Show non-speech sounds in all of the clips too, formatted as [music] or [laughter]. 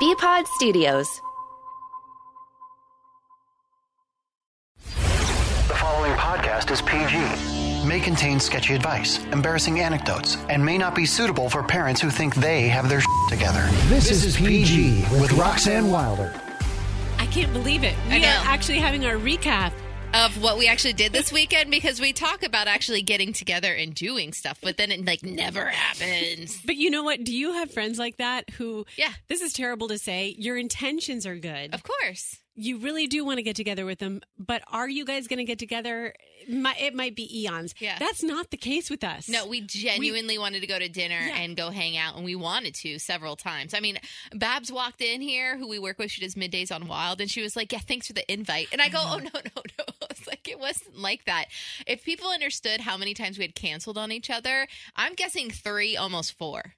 Bpod Studios. The following podcast is PG. May contain sketchy advice, embarrassing anecdotes, and may not be suitable for parents who think they have their shit together. This, is, PG, with Roxanne Wilder. I can't believe it. We I know. are actually having our recap. of what we actually did this weekend because we talk about actually getting together and doing stuff, but then it like never happens. But you know what? Do you have friends like that who, Yeah. this is terrible to say, your intentions are good. Of course. You really do want to get together with them, but are you guys going to get together? It might, it might be eons. Yeah. That's not the case with us. No, we genuinely wanted to go to dinner Yeah. and go hang out, and we wanted to several times. I mean, Babs walked in here, who we work with, she does middays on Wild, and she was like, Yeah, thanks for the invite. And I go, Oh, no, no, no. [laughs] I was like, It wasn't like that. If people understood how many times we had canceled on each other, I'm guessing three, almost four.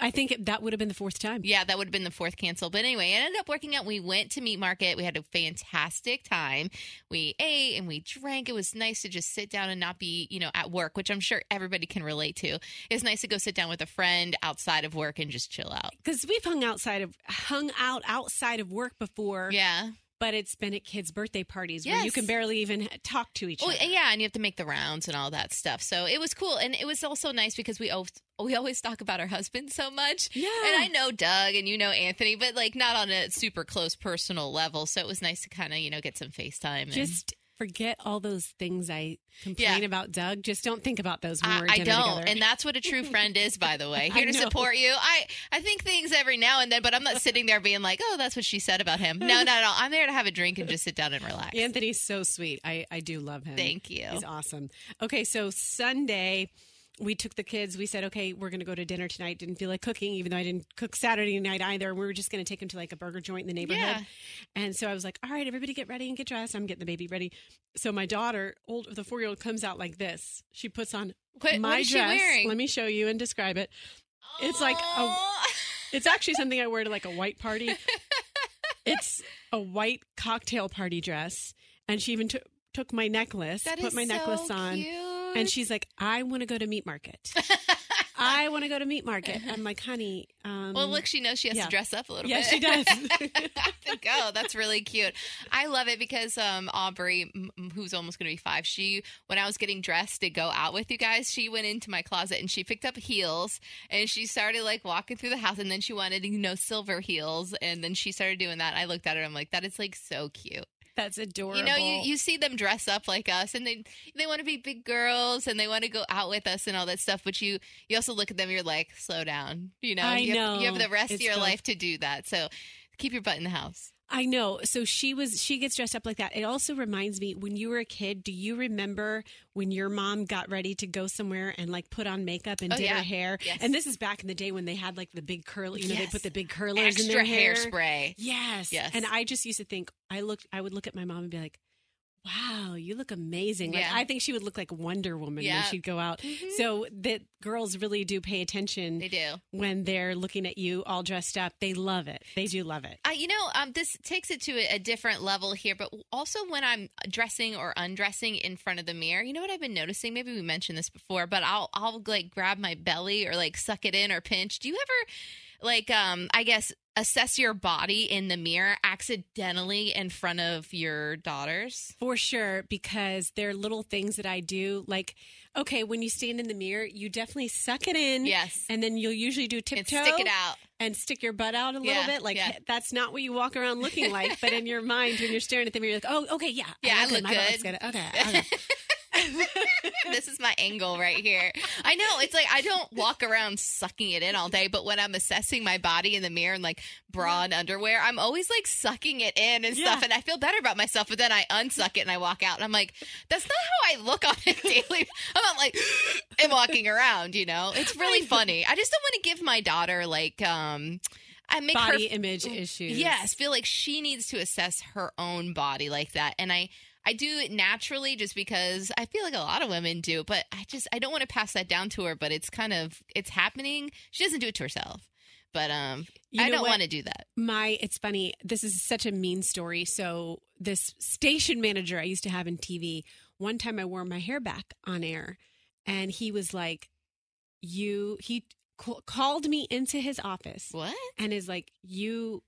I think it, that would have been the fourth time. Yeah, that would have been the fourth cancel. But anyway, it ended up working out. We went to Meat Market. We had a fantastic time. We ate and we drank. It was nice to just sit down and not be, you know, at work, which I'm sure everybody can relate to. It's nice to go sit down with a friend outside of work and just chill out. Because we've hung outside of hung out outside of work before, Yeah. but it's been at kids' birthday parties where you Yes. can barely even talk to each Oh, other. yeah, and you have to make the rounds and all that stuff. So it was cool, and it was also nice because we always, we always talk about our husband so much. Yeah. and I know Doug and you know Anthony, but like not on a super close personal level. So it was nice to kind of you know get some FaceTime. And, Just forget all those things I complain Yeah. about, Doug. Just don't think about those when I, we're I dinner don't, together. and that's what a true friend is, by the way. [laughs] I Here to know. support you. I I think things every now and then, but I'm not sitting there being like, "Oh, that's what she said about him." No, not at all. I'm there to have a drink and just sit down and relax. Anthony's so sweet. I, I do love him. Thank you. He's awesome. Okay, so Sunday, we took the kids. We said, okay, we're going to go to dinner tonight. Didn't feel like cooking, even though I didn't cook Saturday night either. We were just going to take them to like a burger joint in the neighborhood. Yeah. And so I was like, all right, everybody get ready and get dressed. I'm getting the baby ready. So my daughter, old, the four year old, comes out like this. She puts on What- what my is she dress. wearing? Oh. Let me show you and describe it. It's like oh, a Aw. it's actually something I wear to like a white [laughs] party. it's a white cocktail party dress, and she even took took my necklace, That put is my so necklace on, cute. and she's like, "I want to go to meat [laughs] market. I want to go to meat market." I'm like, "Honey, um, Well, look, she knows she has yeah. to dress up a little Yeah, bit. she [laughs] does. Go. That's really cute. I love it because um, Aubrey, m- m- who's almost going to be five, she, when I was getting dressed to go out with you guys, she went into my closet and she picked up heels and she started like walking through the house and then she wanted, you know, silver heels. And then she started doing that. I looked at her and I'm like, that is like so cute. that's adorable." You know, you, you see them dress up like us and they they want to be big girls and they want to go out with us and all that stuff, but you you also look at them you're like, slow down. You know, I you, Have, you know. have the rest It's of your tough. life to do that. So keep your butt in the house. I know. So she was she gets dressed up like that. It also reminds me when you were a kid, do you remember when your mom got ready to go somewhere and like put on makeup and Oh, did her yeah. hair? Yes. And this is back in the day when they had like the big curl, you know, they Yes. put the big curlers in their Extra hair. hairspray. Yes. Yes. And I just used to think I looked I would look at my mom and be like, Wow, you look amazing. Like Yeah. I think she would look like Wonder Woman when Yeah. she'd go out. Mhm. So that girls really do pay attention They do. when they're looking at you all dressed up. They love it. They do love it. Uh, you know, um, this takes it to a, a different level here, but also when I'm dressing or undressing in front of the mirror, you know what I've been noticing? Maybe we mentioned this before, but I'll I'll like grab my belly or like suck it in or pinch. Do you ever like um I guess assess your body in the mirror accidentally in front of your daughters? For sure, because there are little things that I do. Like, okay, when you stand in the mirror, you definitely suck it in. Yes. And then you'll usually do And tiptoe stick it out. and stick your butt out a little Yeah, bit. Like, yeah. that's not what you walk around looking like. but in your mind, when you're staring at the mirror, you're like, oh, okay, yeah. Yeah, I look My butt looks good. [laughs] Okay. okay. this is my angle right here. I know it's like I don't walk around sucking it in all day, but when I'm assessing my body in the mirror and like bra and underwear, I'm always like sucking it in and stuff, Yeah. and I feel better about myself. But then I unsuck it and I walk out, and I'm like, that's not how I look on it [laughs] daily. I'm not like and walking around, you know. It's really funny. I just don't want to give my daughter like um. I make her Body image issues. Yes, feel like she needs to assess her own body like that. And I I do it naturally just because I feel like a lot of women do, but I just I don't want to pass that down to her, but it's kind of it's happening. She doesn't do it to herself. But um You I know don't what? want to do that. My, it's funny. This is such a mean story. So, this station manager I used to have in TV, one time I wore my hair back on air and he was like, You, he c- called me into his office What? and is like, You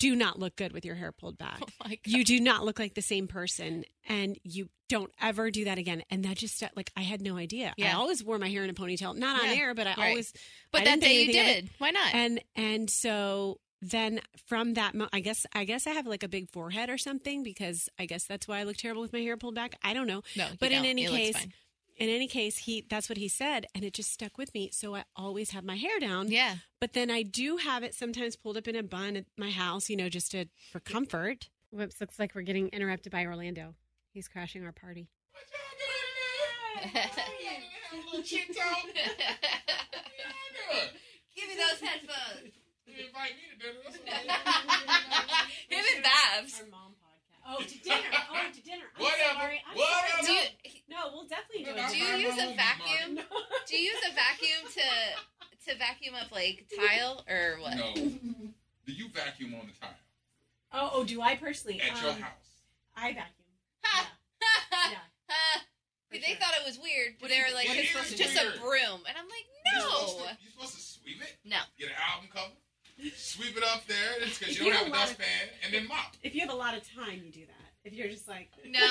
do not look good with your hair pulled back. [laughs] Oh my God. You do not look like the same person, and you don't ever do that again. And that just like I had no idea. I Yeah. always wore my hair in a ponytail, not on Yeah, air, but I right. always. But I that didn't think day you anything of it. did. Why not? and and so then from that mo- i guess i guess i have like a big forehead or something because i guess that's why i look terrible with my hair pulled back i don't know no, you but in don't. any It looks case fine. in any case he that's what he said and it just stuck with me so i always have my hair down [laughs] yeah, [laughs] but then i do have it sometimes pulled up in a bun at my house you know just to for comfort whoops looks like we're getting interrupted by orlando he's crashing our party Give me those [laughs] headphones. [laughs] Him and Babs. our mom podcast oh to dinner oh to [laughs] dinner I'm Whatever. sorry. I'm Whatever. sorry. Do you, no we'll definitely do it do [laughs] you use a vacuum? Do you use a vacuum to to vacuum up like tile or what? No. Do you vacuum on the tile Oh, oh, do I personally? at your Um, house? I vacuum. [laughs] Ha! Yeah. Ha! For they sure. thought it was weird. They were like, What it's is just a weird? broom, and I'm like, You're supposed no, to, you're supposed to sweep it, [laughs] no. get an album cover, sweep it up there [laughs] because you You don't have a don't wanna- dustpan, and then mop. If you have a lot of time, you do that. If you're just like No.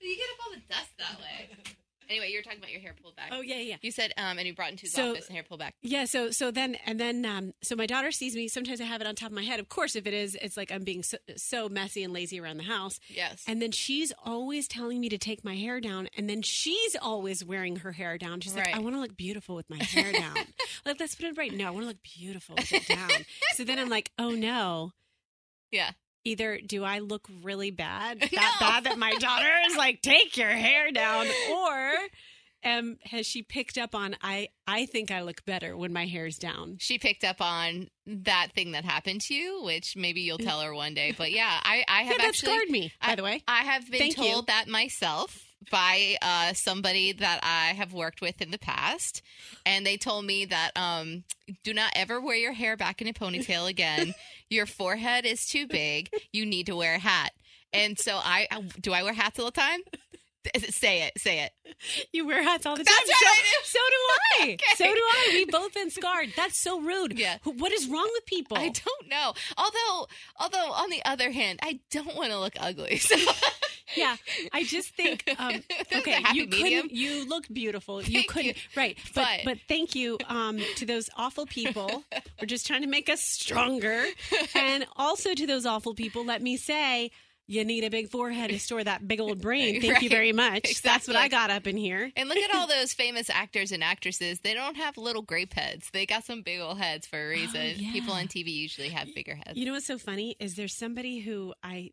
you get up all the dust that way. Anyway, you were talking about your hair pulled back. Oh yeah, yeah. You said, um, and you brought into his So- office and hair pulled back. Yeah, so so then and then um so my daughter sees me sometimes I have it on top of my head. Of course if it is it's like I'm being so, so messy and lazy around the house. Yes. And then she's always telling me to take my hair down and then she's always wearing her hair down. She's like Right. I want to look beautiful with my hair [laughs] down. like let's put it right. No, I want to look beautiful with it down. so then I'm like, "Oh no." yeah. either do I look really [laughs] bad, that No. bad that my daughter is like, take your hair [laughs] down, or um, has she picked up on I I think I look better when my hair's down? She picked up on that thing that happened to you, which maybe you'll tell her one day. But yeah, I, I Yeah, have that actually. scarred me, by the [laughs] way. I have been Thank you. told that myself by uh, somebody that I have worked with in the past, and they told me that um, do not ever wear your hair back in a [laughs] ponytail again. your forehead is too big. You need to wear a hat. And so I, I- do. I wear hats all the time. Say it. Say it. You wear hats all the That's time. right, so, I do. so [laughs] do I. Okay. So do I. We've both been scarred. That's so rude. Yeah. Who- What is wrong with people? I don't know. Although, although on the other hand, I don't want to look ugly. So [laughs] yeah. I just think um, There's a okay, happy you medium. couldn't you looked [laughs] beautiful. you Thank couldn't you. right. But But- but, thank you um, to those awful [laughs] people. We're just trying to make us stronger. And also to those awful people, let me say you need a big forehead to store that big old brain. [laughs] Thank you Right. very much. That's what Exactly. I got up in here. And look at all those famous actors and actresses. They don't have little grape heads. They got some big old heads for a reason. Oh, yeah. People on TV usually have bigger heads. [laughs] You know what's so funny is there's somebody who I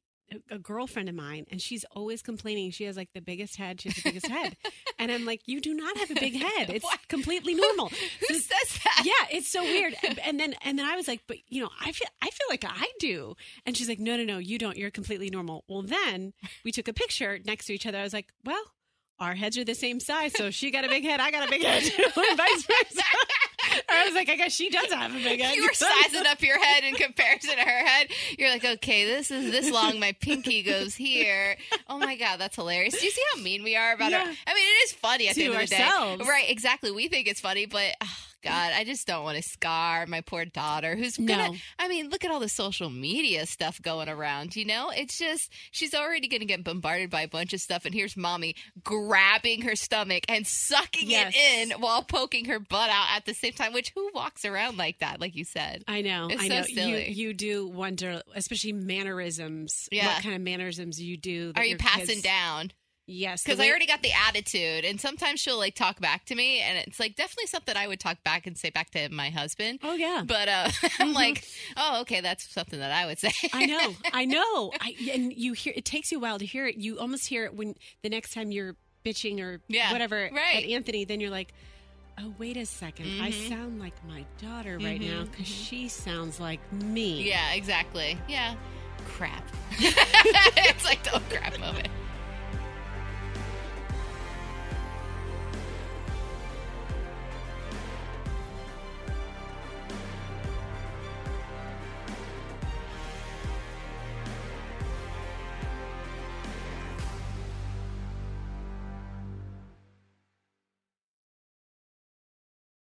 a- a girlfriend of mine and she's always complaining she has like the biggest head she has the biggest head [laughs] and i'm like you do not have a big head it's Why? completely normal Who This- says that? yeah, it's so weird. And then and then I was like, but you know, I feel I feel like I do. And she's like, no, no, no, you don't. You're completely normal. Well, then we took a picture next to each other. I was like, well, our heads are the same size, so she got a big head, I got a big head, [laughs] and vice [laughs] versa. I was like, I guess she does have a big head. You [laughs] were sizing up your head in comparison to her head. You're like, okay, this is this long. My pinky goes here. Oh my god, that's hilarious. Do you see how mean we are about our? I Yeah. mean, it is funny at the To end of the ourselves. day, right? Exactly. We think it's funny, but oh, God, I just don't want to scar my poor daughter, who's gonna. No. I mean, look at all the social media stuff going around. You know, it's just she's already gonna get bombarded by a bunch of stuff, and here's mommy grabbing her stomach and sucking Yes. it in while poking her butt out at the same time. Which who walks around like that? Like you said. I know, It's I so know. silly. You you do wonder, especially mannerisms. Yeah. What kind of mannerisms you do? that Are you your passing kids- down? Yes, the Because I way- already got the attitude, and sometimes she'll like talk back to me, and it's like definitely something I would talk back and say back to my husband. Oh yeah. But uh, [laughs] I'm like, oh, okay, that's something that I would say. Mm-hmm. I [laughs] know, I know. I, and you hear it takes you a while to hear it. You almost hear it when the next time you're bitching or Yeah, whatever right. Mm-hmm. at Anthony, then you're like, oh wait a 2nd I sound like my daughter right now because she sounds like me. [laughs] [laughs] yeah, exactly. Yeah, crap. it's like the oh crap moment.